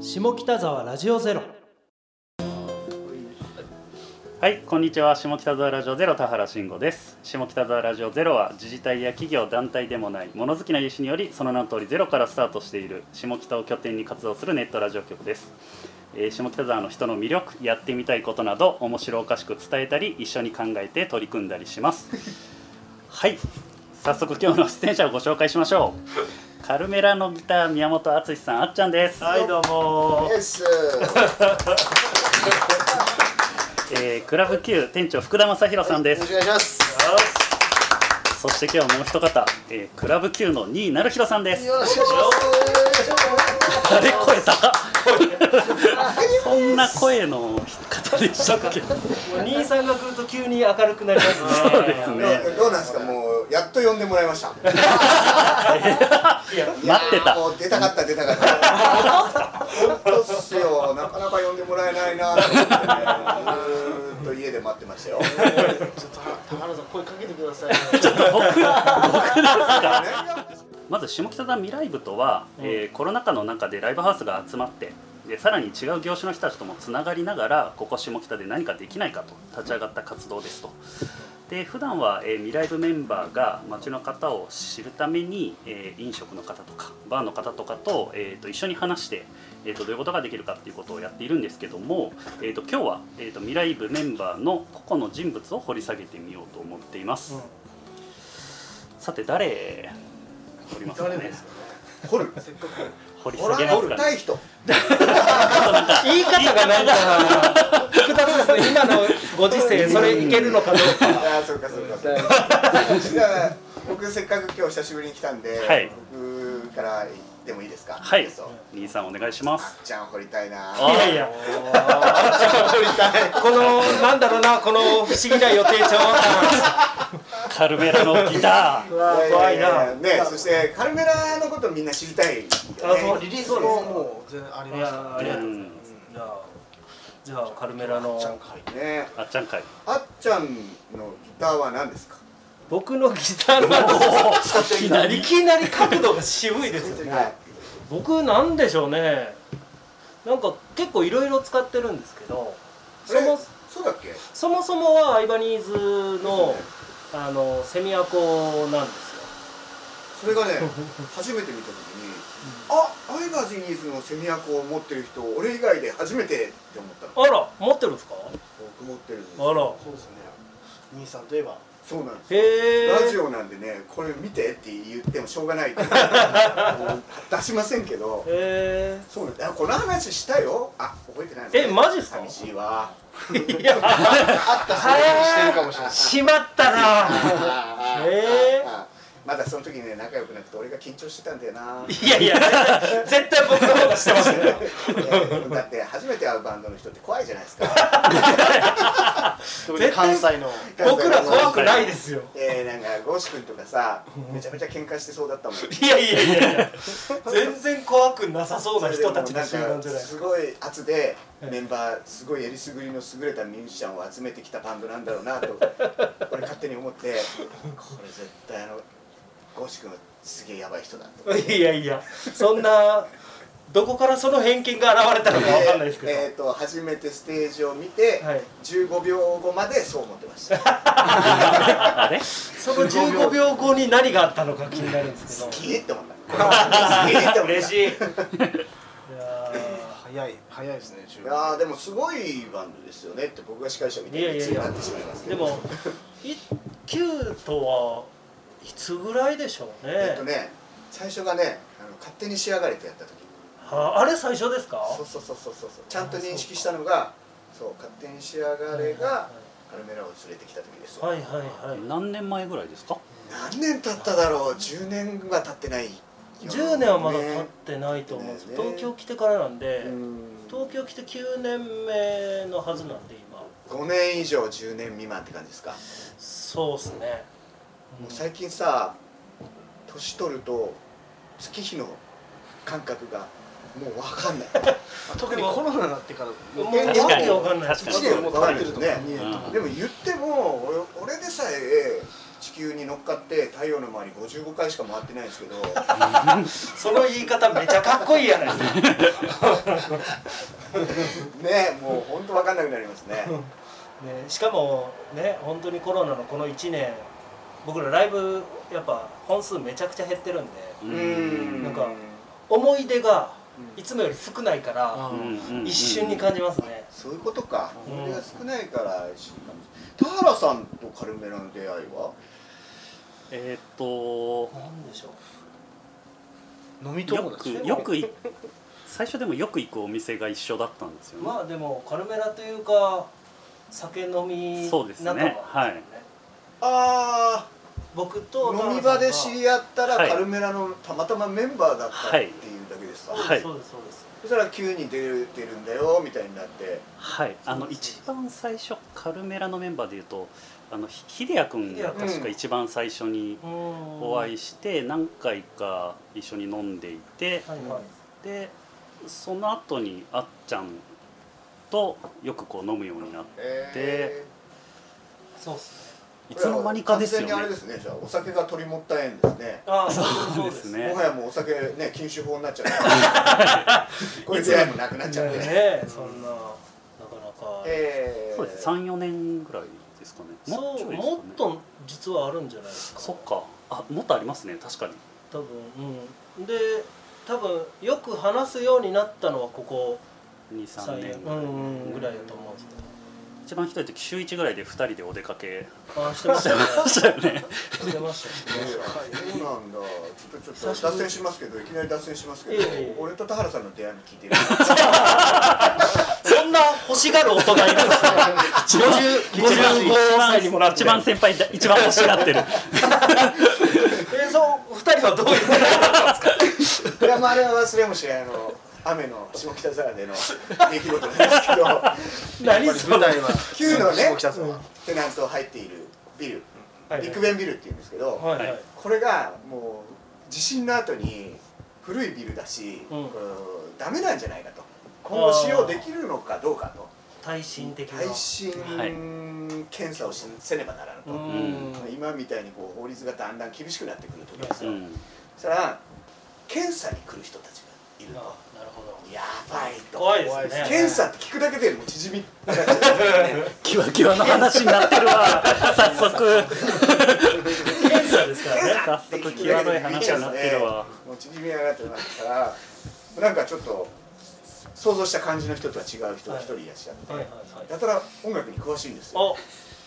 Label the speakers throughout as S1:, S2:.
S1: 下北沢ラジオゼロ
S2: はい、こんにちは。下北沢ラジオゼロ田原慎吾です。下北沢ラジオゼロは自治体や企業、団体でもない物好きな有志により、その名の通りゼロからスタートしている下北を拠点に活動するネットラジオ局です。えー下北沢の人の魅力、やってみたいことなど面白おかしく伝えたり、一緒に考えて取り組んだりします。はい、早速今日の出演者をご紹介しましょう。カルメラのギター宮本敦さん、あっちゃんです。
S3: はい、どうも。
S4: です。
S2: えークラブ Q 店長福田正弘さんです。
S4: よろしくお願いします。
S2: そして今日もう一方、えークラブ Q の2位なるひろさんです
S4: よ。ろしくお願いします。
S2: あれ声高っ。そんな声の方でしたっけ。
S3: 兄さんが来ると急に明るくなりますね。
S2: そうですね。
S4: どうなんですか、もうやっと呼んでもらいました。待
S2: 待ってた
S4: もう出たかった出たかった。本当っすよ、なかなか呼んでもらえないなと思ってね。ずーっと家で待ってましたよ。
S5: ちょっと田原さん声かけてください。
S2: まず下北沢ミライブとは、えーコロナ禍の中でライブハウスが集まってでさらに違う業種の人たちともつながりながらここ下北で何かできないかと立ち上がった活動ですと。で普段は、えーミライブメンバーが街の方を知るために、えー飲食の方とかバーの方とかと,、えーと一緒に話して、えーとどういうことができるかっていうことをやっているんですけども、えーと今日は、えーとミライブメンバーの個々の人物を掘り下げてみようと思っています。さて誰掘りますかね
S4: 掘る。
S5: せっかく
S2: 掘り
S4: 掘
S2: 下
S4: ら
S2: げ
S4: れ
S2: ますか
S4: たい人。
S3: 言い方がなんか複雑ですね。今のご時世それいけるのかどうか。
S4: ああ、そうかそうか。だから僕せっかく今日久しぶりに来たんで、
S2: はい
S4: 僕から言ってもいいですか。
S2: はい
S4: そう
S2: 兄さんお願いします
S4: じゃん掘りたいな。
S2: あ
S3: いやいや。このなんだろうなこの不思議な予定調和
S2: カルメラのギター
S3: 感。怖いな。
S4: ね、そしてカルメラのことみんな知りたいよね。
S3: あそうリリース
S5: そ
S3: も
S5: うももう全然あり
S3: い
S5: ました
S3: やあ
S5: ね。
S3: りがとうござ
S2: う
S3: い
S2: ん
S3: ます。じゃあじゃあカルメラの
S5: ちゃん会。
S4: ね、
S2: あっちゃん会
S4: あっちゃんのギターは何ですか。
S3: 僕のギターの
S2: いきないり
S3: きなり角度が渋いですよね。
S4: はい。
S3: 僕なんでしょうねなんか結構いろいろ使ってるんですけどそ
S4: そ
S3: も
S4: もそうだっけ。
S3: そもそもはアイバニーズのあのセミアコなんですよ
S4: それがね、初めて見たときに、あ、アイバージニーズのセミアコを持ってる人、俺以外で初めてって思ったの。
S3: あら持ってるんですか
S4: 僕持ってるんです
S3: あ。ら
S5: そうですね。兄さんといえば。
S4: そうなんです。
S3: へえ
S4: ラジオなんでね、これ見てって言ってもしょうがないっても う出しませんけど。
S3: へ
S4: そうなんだ。この話したよ。あ、覚えてないの
S3: えマジっすか
S4: 寂しいわ。
S3: えいや
S5: あったそういうのしてるかもしれない。
S3: しまったなへえ
S4: あまだその時ね仲良くなくて俺が緊張してたんだよない
S3: いやいや絶対僕の方がして ますね
S4: やだって初めて会うバンドの人って怖いじゃないですか
S5: 特に関西の。
S3: 僕ら怖くないですよ
S4: えー、なんかゴーシ君とかさめちゃめちゃ喧嘩してそうだったもん
S3: いやいやいやいや全然怖くなさそうな人たちの集
S4: もうな
S3: 団
S4: ん
S3: じ
S4: か
S3: ゃない
S4: すごい圧でメンバーすごいえりすぐりの優れたミュージシャンを集めてきたバンドなんだろうなと俺勝手に思ってこれ絶対あのゴーシ君はすげえやばい人だと
S3: いやいやそんなどこからその偏見が現れたのかわかんないですけど、
S4: えーえーと初めてステージを見て、
S3: はい
S4: 15秒後までそう思ってました
S2: あれ
S3: その15秒後に何があったのか気になるんです
S4: 好
S3: け
S4: きって思ったこれは好きって思った
S3: ど 嬉しいいや
S5: 早い早いですね。中
S4: いやーでもすごいバンドですよねって僕が司会者みたいなになってしまいます
S3: ー
S4: け
S3: で
S4: ど
S3: もい Q とはいつぐらいでしょうね,、
S4: えっとね最初がねあの勝手に仕上がれてやった時
S3: ああれ最初ですか
S4: そうそうそうそうそうちゃんと認識したのがそう勝手に仕上がれがカルメラを連れてきた時です、
S3: はいはいはい
S2: 何年前ぐらいですか
S4: 何年経っただろう10年は経ってないよ
S3: 10年はまだ経ってないと思うんですよ、
S4: ね
S3: 東京来てからなんで、
S4: うん
S3: 東京来て9年目のはずなんで今
S4: 5年以上10年未満って感じですか、
S3: そうっすね
S4: もう最近さ年取ると月日の感覚がもう分かんない
S5: 特にコロナになってから。
S3: もう
S5: もう
S3: わ
S4: 確かに
S3: けわかんない
S2: 確か
S5: 一年も経ってるとか
S4: わかんないですね
S5: 二年とか。
S4: でも言っても俺俺でさえ地球に乗っかって太陽の周り55回しか回ってないんですけど
S6: その言い方めちゃかっこいいやないです か
S4: ねもう本当分かんなくなりますね
S3: ね、しかもね本当にコロナのこの1年僕らライブやっぱ本数めちゃくちゃ減ってるんで
S2: うん
S4: うん
S3: なんか思い出がいつもより少ないから
S5: あ
S2: うん
S3: 一瞬に感じますね
S4: そういうことか
S3: うん
S4: 思い出が少ないから一緒に田原さんとカルメラの出会いは
S2: えーっと
S3: なんでしょう
S5: 飲み
S2: よ
S5: 友
S2: く
S5: 達
S2: よくい最初でもよく行くお店が一緒だったんですよね、
S3: まあでもカルメラというか酒飲み
S2: そうですね
S3: 仲間
S2: はい
S4: あ
S3: 僕と
S4: あ飲み場で知
S3: 合
S4: り合ったら
S2: はい
S4: カルメラのたまたまメンバーだったっていうだけですか、
S2: はい
S3: そうですそうです
S4: そしたら急に出る出るんだよみたいになって
S2: はいあの
S3: そうです
S2: 一番最初カルメラのメンバーでいうとあのひ秀也君が確か一番最初にお
S3: お
S2: 会いして何回か一緒に飲んでいて
S3: はいはい
S2: でその後にあっちゃんとよくこう飲むようになって
S4: え
S3: そうっすね
S4: ー
S2: いつの間にかですよ
S4: これは完
S2: ね
S4: 全にあれですねじゃあお酒が取り持った縁ですね
S3: ああ
S2: そ
S3: そうう
S2: で
S3: ですす
S2: ね
S3: ね
S4: もはやもうお酒ね禁酒法になっちゃって これ出会いもなくなっちゃって、
S3: ねえそんななかなか
S4: えー
S2: そうです34年ぐらいですかねもうち
S3: そ
S2: ょ
S3: う
S2: いですか
S3: も
S2: ね
S3: っと実はあるんじゃないですか
S2: そっかあもっとありますね確かに
S3: 多分うんで多分よく話すようになったのはここ
S2: 23
S3: 3
S2: 年
S3: 年
S2: ぐら
S3: うん
S2: い、
S3: うんぐらいだと思うんですけ
S2: 一番ひどい時週1ぐらいで2人でお出かけ
S3: どああしてましたね
S2: したよね
S3: してましたね
S4: そうなんだちょっとちょっと脱線しますけどいきなり脱線しますけど
S3: いえいえいえ
S4: 俺と田原さんの出会いも聞いてる
S3: そんな欲しがる大人いるんですね。50 55歳にもなって
S2: 一番先輩だ一番欲しがってる
S3: えそう二人はどういう
S4: いやまああれは忘れもしないあの雨の下北沢での出来事なんですけど
S3: 何
S5: そ舞台は
S4: 旧のね
S5: 下北沢
S4: テナント入っているビル
S3: はい
S4: ビッグベンビルっていうんですけど、
S3: はいはい
S4: これがもう地震の後に古いビルだし、
S3: うん
S4: これダメなんじゃないかと今後使用できるのかどうかと
S3: 耐震的な
S4: 耐震
S2: はい
S4: 検査をしせねばならぬと、
S3: う
S4: ま
S3: ん
S4: あ今みたいにこう法律がだんだん厳しくなってくる時です
S2: う
S4: よ、
S2: ん
S4: そしたら検査に来る人たちがいる
S3: あなる
S4: と
S3: ほど
S4: やばいと
S3: 怖いですね
S4: 検査って聞くだけでもう縮みになっちゃうんですよね
S2: キワキワの話になってるわ 早速
S3: 検査ですからね
S2: 早速際どい話になってるわ
S4: もう縮み上がってなったからなんかちょっと想像した感じの人とは違う人が一人いらっしゃって、
S3: はいはいはい
S4: やたら音楽に詳しいんですよ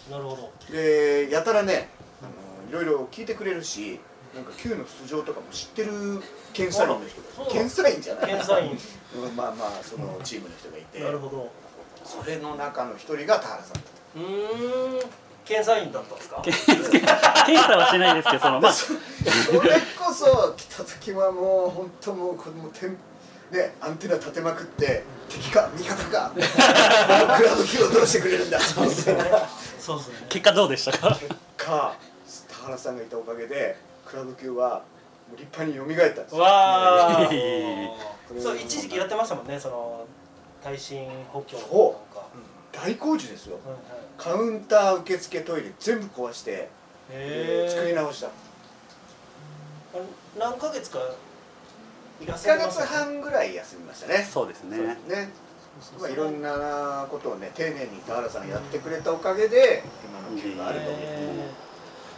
S3: あなるほど
S4: でやたらねあのいろいろ聞いてくれるしなんか Q の出場とかも知ってる検査員の人
S3: あら
S4: 検査員じゃない
S3: 検査員
S4: うん まあまあそのチームの人がいて
S3: なるほど
S4: それの中の一人が田原さんだっ
S3: う
S4: た
S3: ーん検査員だったんですか
S2: 検査はしないですけどそのまあ
S4: それこそ来た時はもう本当もうこれもうてんねアンテナ立てまくって敵か味方かこのクラブ級をどうしてくれるんだそうですね
S3: そうですね
S2: 結果どうでしたか
S4: か田原さんがいたおかげでクラブ級はもう立派によみがえったんですよ
S3: わあ
S2: いえいえいえ
S3: そう一時期やってましたもんねその耐震補強とか
S4: 大工事ですよ
S3: はいはい
S4: カウンター受付トイレ全部壊して、
S3: へ
S4: 作り
S3: え
S4: 直した
S3: 何ヶ月かいらっ
S4: 1
S3: しゃ
S4: か
S3: いまし
S4: 月
S3: た
S4: 半ぐらい休みましたね
S2: そうですね
S4: ね
S3: そう
S4: まあ、いろんなことをね丁寧に田原さんやってくれたおかげで今の級があると
S3: へー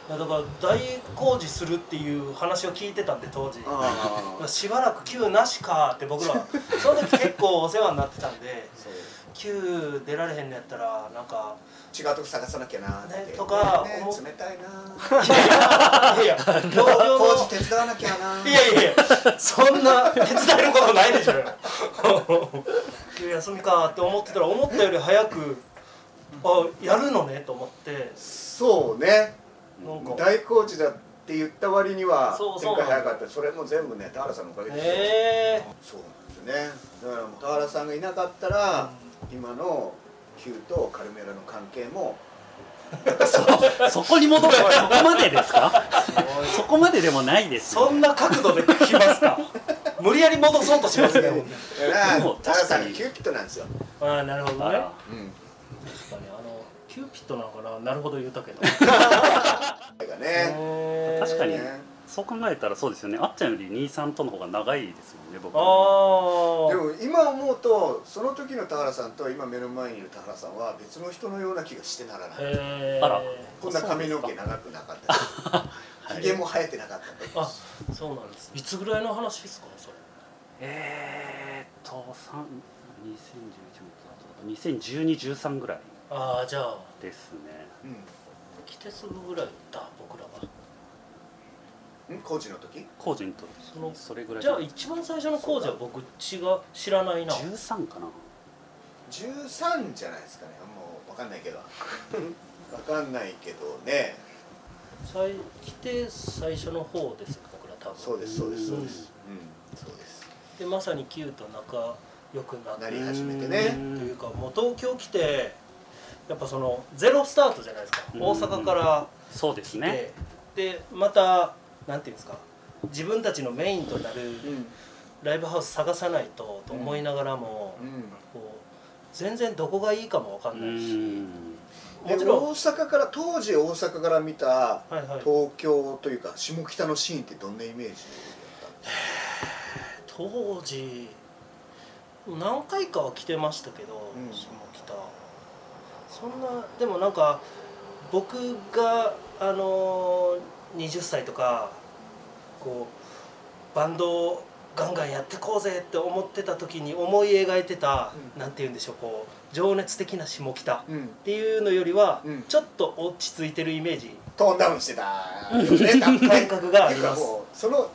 S3: いやだから大工事するっていう話を聞いてたんで当時
S4: ああ
S3: しばらく旧なしかって僕 らその時結構お世話になってたんで旧出られへんのやったらなん か
S4: 違うとこ探さなきゃなーって、
S3: ねとか
S4: ね
S3: 思う
S4: 冷たいなー
S3: いやいや 同僚
S4: 工事
S3: の
S4: 手伝わなきゃな ー
S3: いやいやいやそんな手伝えることないでしょ 今日休みかって思ってたら思ったより早くあやるのねと思って
S4: そうね
S3: なんか
S4: 大工事だって言った割には
S3: そうそう
S4: 展開早かったそれも全部ね田原さんのおかげですよ、
S3: ええ
S4: そうなんですよねだからもう田原さんがいなかったら、今の旧とカルメラの関係も
S2: そこに戻るそこまでですかそこまででもないですよ
S3: そんな角度で聞きます か無理やり戻そうとしますね
S4: だから
S2: でも
S4: 田原さん
S2: 確か
S4: が
S2: に
S4: キューピットなんですよ、
S3: ああなるほどね
S2: あら
S4: うん
S3: 確かにあのキューピッットなのかななるほど言うたけど
S4: がね
S2: 確かに
S4: ね
S2: そう考えたらそうですよねあっちゃんより23との方が長いですもんね僕
S3: ああ
S4: でも今思うとその時の田原さんと今目の前にいる田原さんは別の人のような気がしてならない
S3: へえ
S2: あら
S4: こんな髪の毛長くなかったし
S2: はい
S4: ひげも生えてなかったんだけど
S3: あそうなんですいつぐらいの話ですかそれ
S2: えーっと3 2011年と201213ぐらい
S3: ああじゃあ
S2: ですね
S4: う
S3: 来てすぐぐらいだ僕らは
S4: んん工事の時
S2: 工事の時
S3: その
S2: それぐらい
S3: じゃあ一番最初の工事は僕血が知らないな
S2: 13かな
S4: 13じゃないですかねもう分かんないけど分かんないけどね
S3: 最来て最初の方ですよ僕ら多分
S4: そうですそうですそうですうんそうです
S3: でまさにキューと仲良くなって
S4: なり始めて
S2: う
S4: ね
S2: ん
S3: というかもう東京来てやっぱそのゼロスタートじゃないですか
S2: うん
S3: 大阪から
S2: そうで
S3: 来
S2: す
S3: て、
S2: ね
S3: でまたなんていうんですか自分たちのメインとなるライブハウス探さないとと思いながらも、
S4: う
S3: こう全然どこがいいかもわか
S2: うん
S3: ないし、
S2: ん
S4: ん
S3: も
S4: で
S3: ち
S4: 大
S3: ろん、は
S4: 阪から当時大阪から見た
S3: いはい、
S4: 東京というか下北のシーンってどんなイメージだった
S3: 当時何回かは来てましたけど、
S4: うん
S3: 下北そんなでもなんか僕があのー20歳とかこうバンドをガンガンやってこうぜって思ってた時に思い描いてた、
S4: うん
S3: なんて言うんでしょうこう情熱的な下北っ
S4: うん
S3: ていうのよりは、
S4: うん
S3: ちょっと落ち着いてるイメージ
S4: トーンダウンしてたよね多分
S3: 感
S4: ね
S3: 覚があ
S4: てい
S3: り
S4: う
S3: ま
S4: か
S3: す。
S4: もうその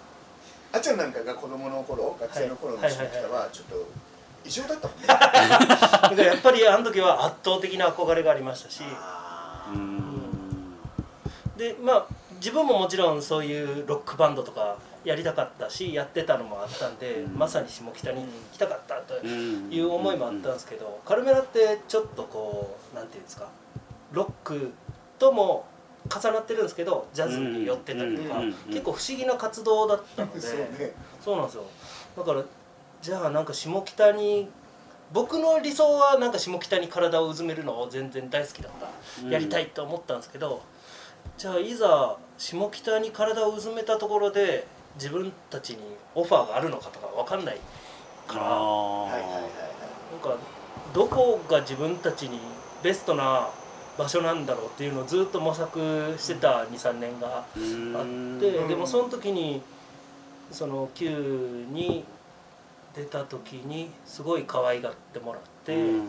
S4: あちゃんなんかが子供の頃学生の頃の
S3: はい
S4: 下北
S3: はいはい
S4: はちょっと異常だったもんね
S3: だからやっぱりあの時は圧倒的な憧れがありましたし。
S4: あ
S2: う
S4: ー
S2: ん
S3: でまあ自分ももちろんそういうロックバンドとかやりたかったしやってたのもあったんで、
S2: うん
S3: まさに下北に来たかったと
S2: うん
S3: いう思いもあったんですけど、カルメラってちょっとこうなんていうんですかロックとも重なってるんですけどジャズに寄ってたりとか、
S2: うんうんうん
S3: 結構不思議な活動だったので
S4: そうね
S3: そうなんですよだからじゃあなんか下北に僕の理想はなんか下北に体をうずめるのを全然大好きだった
S2: うん
S3: やりたいと思ったんですけど、じゃあいざ下北に体をうずめたところで自分たちにオファーがあるのかとか分かんないから
S2: あ
S3: な
S2: ー
S4: はいはいはいはい
S3: んかどこが自分たちにベストな場所なんだろうっていうのをずっと模索してた23年が
S2: うん
S3: あって、
S4: うん
S3: でもその時にその Q に出た時にすごい可愛がってもらって。
S2: うん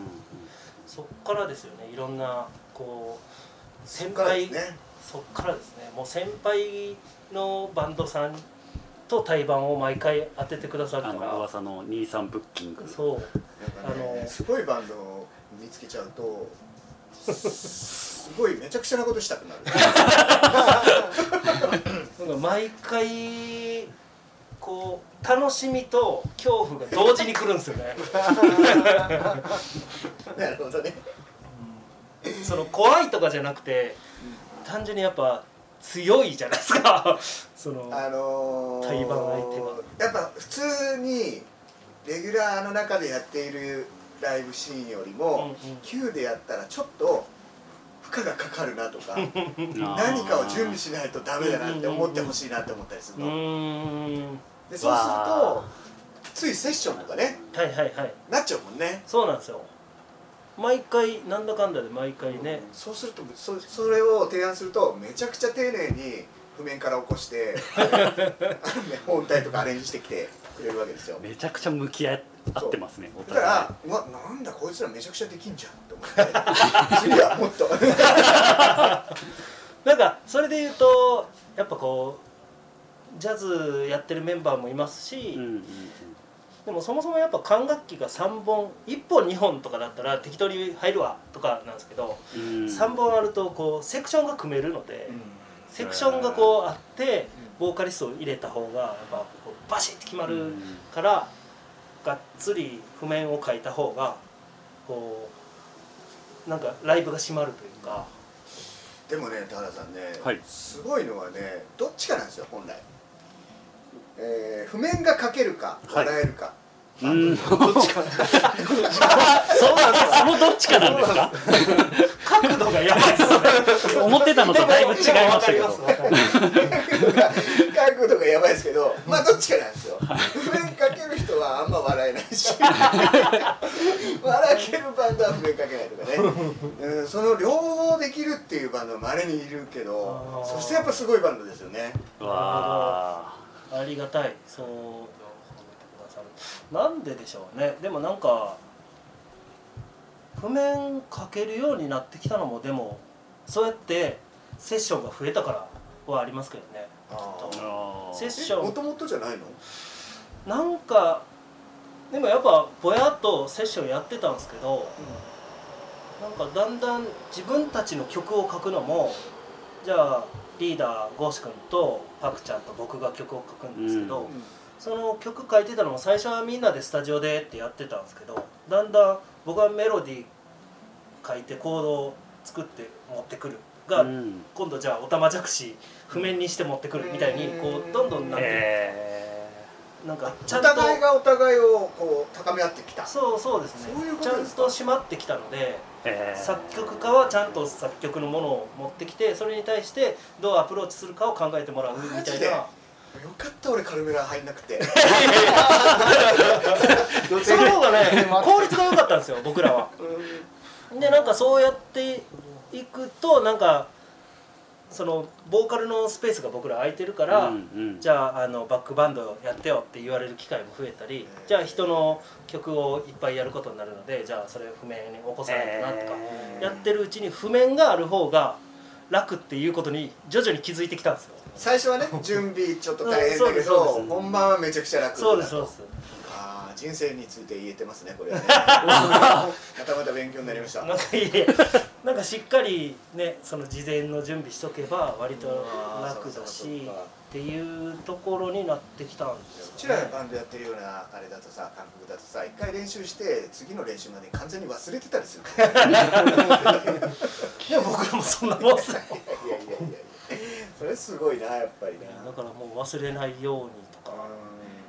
S3: そっからですよねいろんなこう先
S4: からで
S3: 輩
S4: すね
S3: そっからですねもう先輩のバンドさんと対バンを毎回当ててくださる
S2: あ
S3: か
S2: の
S3: ら
S2: 噂の23ブッキング
S3: そう
S4: なんかね
S3: あの
S4: すごいバンドを見つけちゃうとすごいめちゃくちゃなことしたくな る
S3: なんか毎回こう楽しみと恐怖が同時に来るんですよ ね
S4: なるほどね
S3: その怖いとかじゃなくて単純にやっぱ強いじゃないですか その
S4: あのー、
S3: 対バン相手は
S4: やっぱ普通にレギュラーの中でやっているライブシーンよりも、
S3: うんうん
S4: Q でやったらちょっと負荷がかかるなと か何
S2: 何
S4: かを準備しないとダメだなって思ってほしいなって思ったりす
S3: う
S4: るの、
S3: ーん
S4: でそうすると
S2: わ
S4: ついセッションとかね
S3: はいはいはい
S4: なっちゃうもんね
S3: そうなんですよ毎回なんだかんだで毎回ね、
S4: そうするとそそれを提案するとめちゃくちゃ丁寧に譜面から起こして あのね本体とかアレンジしてきてくれるわけですよ
S2: めちゃくちゃ向き合ってますねお
S4: だか
S2: 互い
S4: らうわなんだこいつらめちゃくちゃできんじゃんって思って 次はもっと
S3: なんかそれで言うとやっぱこうジャズやってるメンバーもいますし、
S2: うんうんうん
S3: でもそもそもやっぱ管楽器が3本1本2本とかだったら適当に入るわとかなんですけど、
S2: うん
S3: 3本あるとこうセクションが組めるので、セクションがこうあってボーカリストを入れた方がやっぱこうバシッて決まるから、がっつり譜面を書いた方がこうなんかライブが締まるというか。
S4: でもね田原さんね、
S2: はい
S4: すごいのはねどっちかなんですよ本来、えー譜面が書けるか
S2: はい
S4: 笑えるか、
S2: うんどっちかそうなんですそのどっちかなんですか
S3: 角度がやばいですね
S2: 思ってたのとだいぶ違いましたけ
S3: でもわ
S2: ど
S3: かりますわかります
S4: 書くとかやばいですけどまあどっちかなんですよ譜面書ける人はあんま笑えない し笑けるバンドは譜面書けないとかね、 うん、その両方できるっていうバンドはまれにいるけど
S3: あー
S4: そしてやっぱすごいバンドですよね
S2: わ
S3: ありがたいそう褒めてくださるなんででしょうねでもなんか譜面書けるようになってきたのもでもそうやってセッションが増えたからはありますけどね
S2: ーあー
S3: セッショ
S4: も
S3: ン
S4: ともとじゃないの
S3: なんかでもやっぱぼやっとセッションやってたんですけど、なんかだんだん自分たちの曲を書くのもじゃあリーダーゴーシ君とパクちゃんと僕が曲を書くんですけど、
S2: うん
S3: その曲書いてたのも最初はみんなでスタジオでってやってたんですけどだんだん僕はメロディー書いてコードを作って持ってくるが、
S2: うん
S3: 今度じゃあおたまじゃくし譜面にして持ってくるみたいにこうどんどんなって、
S2: え
S3: なんかちゃ
S4: お
S3: んと。
S4: 互いがお互いをこう高め合ってきた
S3: そうそうですね
S4: そういうこ
S3: ち
S4: と
S3: ゃ
S4: で
S3: ん
S4: すか
S3: と締まってきたので
S2: ーえー
S3: 作曲家はちゃんと作曲のものを持ってきてそれに対してどうアプローチするかを考えてもらうみ
S4: マ
S3: た
S4: ジ
S3: い
S4: で
S3: な
S4: よかった俺カルメラ入んなくて
S3: その方が ね効率が良かったんですよ僕らは。でなんかそうやっていくとなんかそのボーカルのスペースが僕ら空いてるから、
S2: うんうん
S3: じゃああのバックバンドやってよって言われる機会も増えたりじゃあ人の曲をいっぱいやることになるのでじゃあそれ譜面に起こさないとなとか。
S2: えー
S3: やってるうちに譜面がある方が楽っていうことに徐々に気づいてきたんですよ
S4: 最初はね準備ちょっと大変だ
S3: うんそう
S4: け
S3: ですそう
S4: ど
S3: です
S4: 本番はめちゃくちゃ楽
S3: そうですそうです
S4: ああ人生について言えてますねこ れはねまたまた勉強になりました
S3: なんかいいなんかしっかりねその事前の準備しとけば割と楽だしっていうところになってきたんです
S4: うち
S3: よ
S4: ら
S3: ね
S4: がバンドやってるようなあれだとさ韓国だとさ一回練習して次の練習まで完全に忘れてたりするからいやい
S3: いや僕らもそんなもんですよ
S4: や いやいやそれすごいなやっぱりな
S3: だからもう忘れないようにとか
S4: う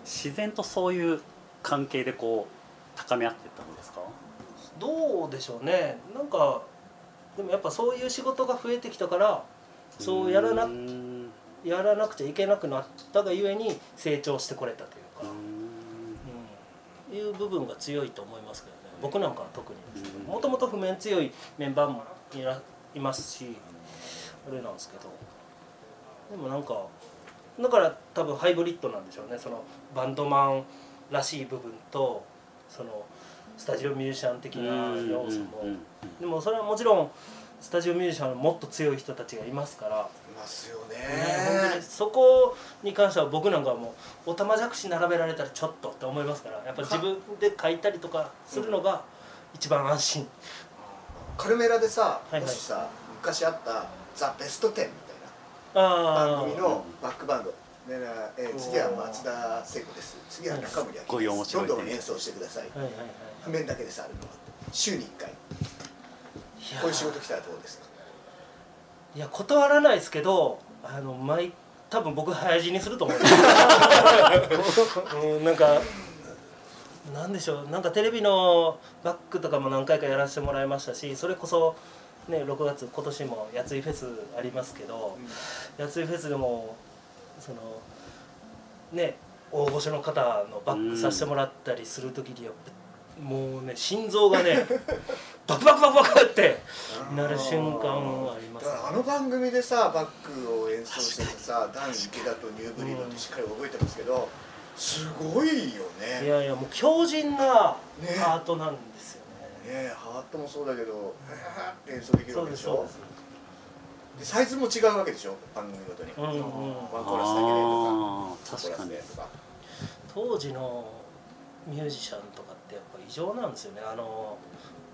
S2: 自然とそういう関係でこう高め合っていったんですか
S3: どうでしょうねなんかでもやっぱそういう仕事が増えてきたからそうやらな
S2: ーんう
S3: やらなくちゃいけなくなったがゆえに成長してこれたというか
S2: ー、
S3: う
S2: ん
S3: ん、いう部分が強いと思いますけどね僕なんかは特にですけど
S2: うん
S3: もともと譜面強いメンバーもいらいますしあれなんですけどでもなんかだから多分ハイブリッドなんでしょうねそのバンドマンらしい部分とそのスタジオミュージシャン的な要素も、
S2: うんうんうん
S3: でもそれはもちろんスタジオミュージシャンのもっと強い人たちがいますから。
S4: んいますよ
S3: ね本当に
S4: ね
S3: そこに関しては僕なんかはもうおたまじゃくし並べられたらちょっとって思いますからやっぱ自分で書いたりとかするのが一番安心、
S4: カルメラでさ
S3: はいはい
S4: もしさ昔あった「ザ・ベストテン」みたいな番
S3: あ
S4: 組
S3: あ
S4: のバックバンドでねえー次は松田聖子です次は中森明
S2: すっごい
S4: 菜
S2: 面
S4: ですど
S2: 白い
S4: ん
S2: ね
S4: どん演奏してください
S3: はいはいはい
S4: 譜面だけですあるのは週に1回
S3: いや
S4: こういう仕事来たらどうですか
S3: いや断らないですけどあの毎多分僕早死にすると思ううんなんかなんでしょうなんかテレビのバックとかも何回かやらせてもらいましたしそれこそ、ね、6月今年もやついフェスありますけど、やついフェスでもそのね大御所の方のバックさせてもらったりする時にやっぱもうね心臓がねバクバクバクバクってなる瞬間はありま
S4: だ
S3: す
S4: か
S3: ね
S4: らあの番組でさバックを演奏しててさダン池田とニューブリードってしっかり覚えてますけどすごい
S3: い
S4: よねね
S3: やいやもう強靭な
S4: ね
S3: ハートなんですよね
S4: えハートもそうだけどハーッて演奏できる
S3: そ
S4: わ
S3: う
S4: け
S3: で
S4: ですし
S3: そう
S4: ょ
S3: です
S4: でサイズも違うわけでしょ番組ごとに
S3: うんうん
S4: ワンコーラスだけで
S2: あ
S4: とか
S2: ー
S4: ツー
S2: 確
S4: コーラ
S2: か
S4: ス
S2: に
S4: でとか
S3: 当時のミュージシャンとかってやっぱ異常なんですよねあの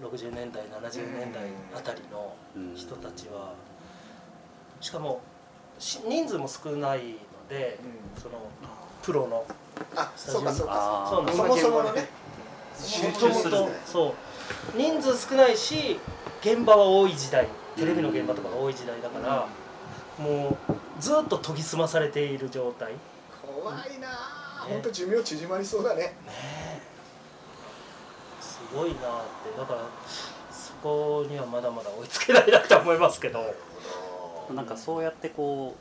S3: 60年代70年代あたりの人たちはしかもし人数も少ないので
S4: う
S3: そのプロの
S4: あそうかそうか
S3: そうなんです
S2: あー
S4: そもそものね
S3: も
S4: 集
S3: と
S4: 中
S3: も
S4: する
S3: と
S4: んですね
S3: そう人数少ないし現場は多い時代テレビの現場とかが多い時代だから、もうずっと研ぎ澄まされている状態
S4: 怖いなあほんと寿命縮まりそうだね
S3: すごいなってだからそこにはまだまだ追いつけないなと思いますけど
S2: なんかそうやってこ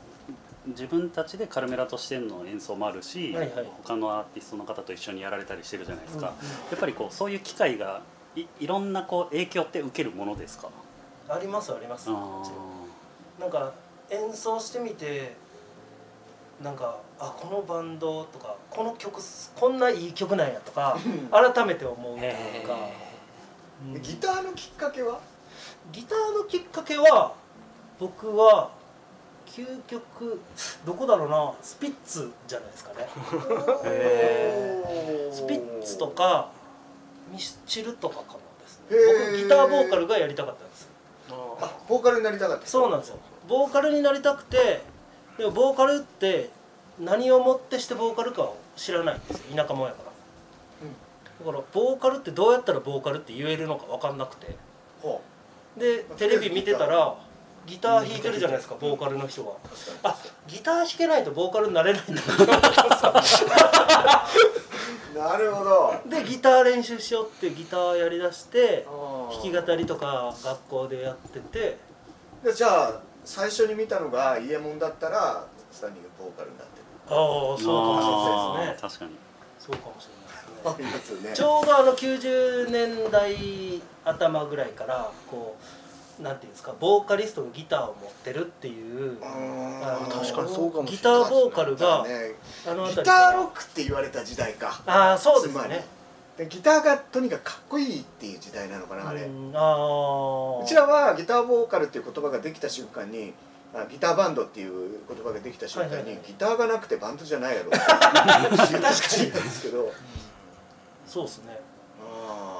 S2: う自分たちでカルメラとしての演奏もあるし、
S3: はいはい
S2: 他のアーティストの方と一緒にやられたりしてるじゃないですか、
S3: うんうん
S2: やっぱりこうそういう機会がいいろんなこう影響って受けるものですか
S3: ありますあります
S2: あ
S3: なんか演奏してみてなんかあこのバンドとかこの曲こんないい曲なんやとか改めて思うというか、うん
S4: ギターのきっかけは
S3: ギターのきっかけは僕は究極どこだろうなスピッツじゃないですかね
S2: へ
S3: スピッツとかミスチルとかかもですね
S4: へー
S3: 僕ギターボーカルがやりたかったんです
S4: あボーカルになりたかった
S3: そうなんですよボーカルになりたくてでもボーカルって何をもってしてボーカルかを知らないんですよ田舎もんやから、だからボーカルってどうやったらボーカルって言えるのか分かんなくて
S4: ほ
S3: でテレビ見てたらギター弾いてるじゃないですかボーカルの人があギター弾けないとボーカルになれないんだと思ったんですよ
S4: うなるほど
S3: でギター練習しようってギターやりだして弾き
S4: 弾
S3: 語りとか学校でやってて
S4: じゃあ最初に見たのがイエモンだったらスタンディングボーカルになってる
S3: ああそうかもしれないですね
S2: 確かに
S3: そうかもしれないですね
S4: あいますよね
S3: ちょうどあの90年代頭ぐらいからこうなんていうんですかボーカリストがギターを持ってるっていう
S4: あ
S3: あの
S5: 確かにそうかもしれない
S3: ギターボーカルが
S4: ね
S3: あの
S4: ギ
S3: 辺
S4: タ
S3: りから
S4: ーロックって言われた時代か
S3: ああそうです
S4: つまり
S3: ね
S4: でギターがとにかくかっこいいっていう時代なのかなあれ、う
S3: うんああ
S4: ちらはギターボーカルっていう言葉ができた瞬間にあギターバンドっていう言葉ができた瞬間に、
S3: はいはいはい
S4: ギターがなくてバンドじゃないやろ確かにですけど
S3: そうですね
S4: あ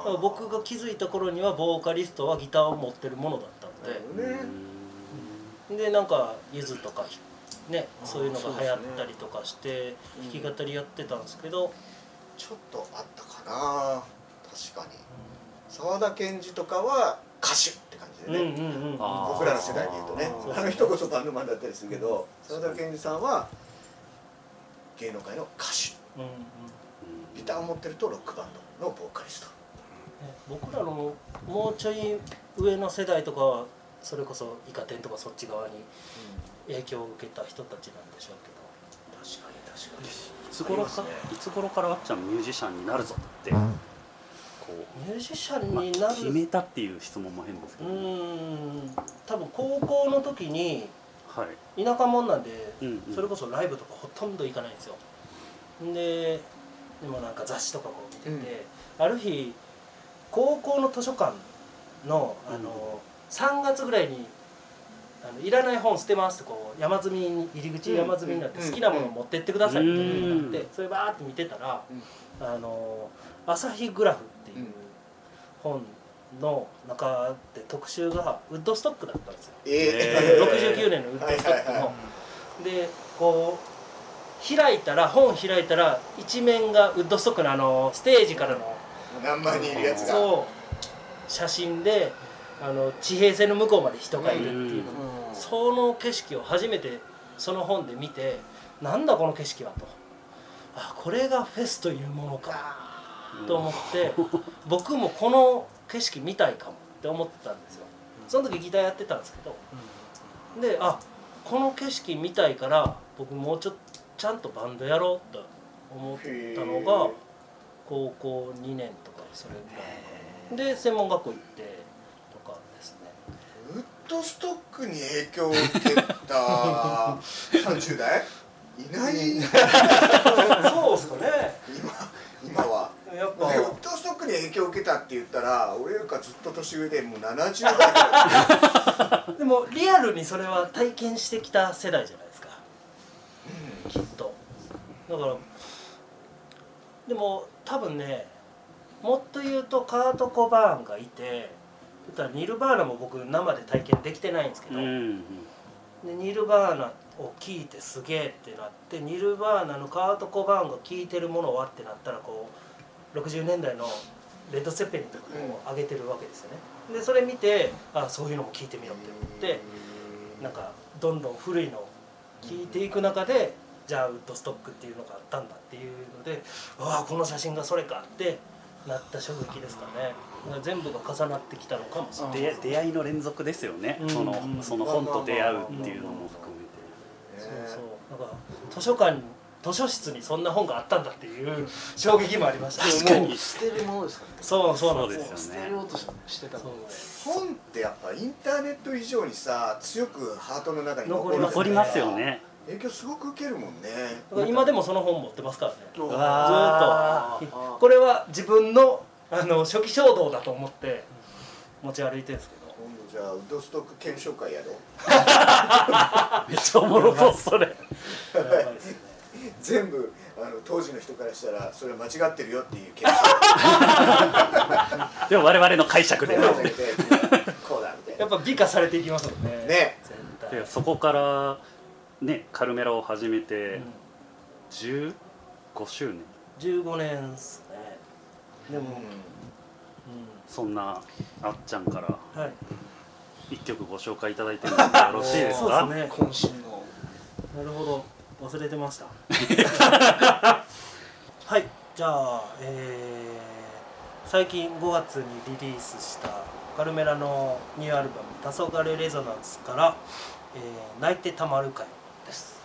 S3: だ
S4: ー
S3: から僕が気づいた頃にはボーカリストはギターを持ってるものだったの
S4: なる
S3: で
S4: ほどね
S3: でなんかゆずとかひね
S4: あー
S3: そういうの
S4: そう
S3: が
S4: で
S3: 流行
S4: すね
S3: ったりとかして弾
S4: うん
S3: き語りやってたんですけど、
S4: ちょっとあったかな確かに沢田研二とかは歌手って感じ
S3: う
S4: で
S3: ん、う
S4: ね、
S3: んうんうん
S2: あー
S4: 僕らの世代で言うとね
S3: あー
S4: あの人こそバンドマンだったりするけど沢田研二さんは芸能界の歌手
S3: うんうん
S4: ギターを持ってるとロックバンドのボーカリスト
S3: ね僕らのもうちょい上の世代とかはそれこそイカ天とかそっち側に影響を受けた人たちなんでしょうけど
S4: 確かに確か
S2: いつ頃か、
S4: あります
S2: いつ頃からあっちゃんミュージシャンになるぞってこ
S3: ミュージシャ
S2: う、まあ
S3: ンにな
S2: 決
S3: る、
S2: めたっていう質問も変ですけ
S3: う
S2: ど、
S3: ん多分高校の時に
S2: はい、
S3: 田舎もんなんで、
S2: うんうん
S3: それこそライブとかほとんど行かないんですよででもなんか雑誌とかこう見てて、ある日高校の図書館のあの、3月ぐらいにあの「いらない本捨てます」ってこう山積みに入り口山積みになって
S4: うん
S3: 好きなもの持ってってくださいっていうのがあっ
S2: う
S3: て
S2: ん
S3: それバーって見てたら
S4: う
S3: 「
S4: ん
S3: あの朝日グラフ」っていう本の中で特集がウッドストックだったんですよ。
S4: にえ
S2: え
S3: 69年のウッドストック
S4: はいはいは
S3: のでこう開いたら本開いたら一面がウッドストックのあのステージからの
S4: 何万人いるやつが
S3: そう写真であの地平線の向こうまで人がいるっていうのその景色を初めてその本で見てなんだこの景色はとあこれがフェスというものかと思って僕もこの景色見たいかもって思ってたんですよその時ギターやってたんですけどであこの景色見たいから僕もうちょっとちゃんとバンドやろうと思ったのが
S4: へえ
S3: 高校2年とかそれぐらいで専門学校行ってとかですね
S4: ウッドストックに影響を受けた30代いない今
S3: そうですかね
S4: 今は。
S3: やっ
S4: ウッドストックに影響を受けたって言ったら俺よりかずっと年上でもう70代だよ
S3: でもリアルにそれは体験してきた世代じゃないですか、きっとだからでも多分ねもっと言うとカート・コバーンがいてだからニルバーナも僕生で体験できてないんですけど、
S2: うんうん
S3: でニルバーナを聞いてすげえってなってニルバーナのカート・コバーンが聴いてるものはってなったらこう60年代のレッド・セッペリンとかを上げてるわけですよね。でそれ見てあそういうのも聞いてみようって思ってなんかどんどん古いのを聞いていく中でじゃあウッドストックっていうのがあったんだっていうのでうわあこの写真がそれかってなった衝撃ですかね全部が重なってきたのかもしれない
S2: 出出会いの連続ですよね、
S3: うん
S2: その
S3: うん
S2: その本と出会うっていうのも含めて、
S3: そうそうなんか図書館図書室にそんな本があったんだっていう衝撃もありました
S5: でももう捨てるものですからね
S3: そうそうなんです
S2: そ
S3: よ
S2: うです
S5: 捨
S2: よ
S5: て
S2: ね
S5: ようとしてた
S3: そ
S5: も
S3: うん
S5: ね
S4: 本ってやっぱインターネット以上にさ強くハートの中に残る
S2: 残りますよね
S4: 影響すごく受けるもんね
S3: だから今でもその本持ってますからねず
S5: う
S2: わ
S3: ーっとこれは自分のあの初期衝動だと思って持ち歩いてるんですけど
S4: 今度じゃあウッドストック検証会や ろう
S2: めっちゃおもろそうそれ
S3: やばいですね
S4: 全部あの当時の人からしたらそれは間違ってるよっていう検証
S2: でも我々の解釈で
S4: こう だみたいなこうだみ た
S3: や
S4: い
S3: っぱ美化されていきますもんね
S4: なね
S3: 全体
S2: でそこからねカルメラを始めて
S3: うん
S2: 15周年
S3: 15年っすねでも、
S2: そんなあっちゃんから
S3: うんはい
S2: 一曲ご紹介いただいてもよろしいです
S3: そ
S2: か
S3: うですね
S5: 渾身の
S3: なるほど忘れてましたはいじゃあ、えー最近5月にリリースしたカルメラのニューアルバム「黄昏レゾナンス」から「えー泣いてたまるかよ」です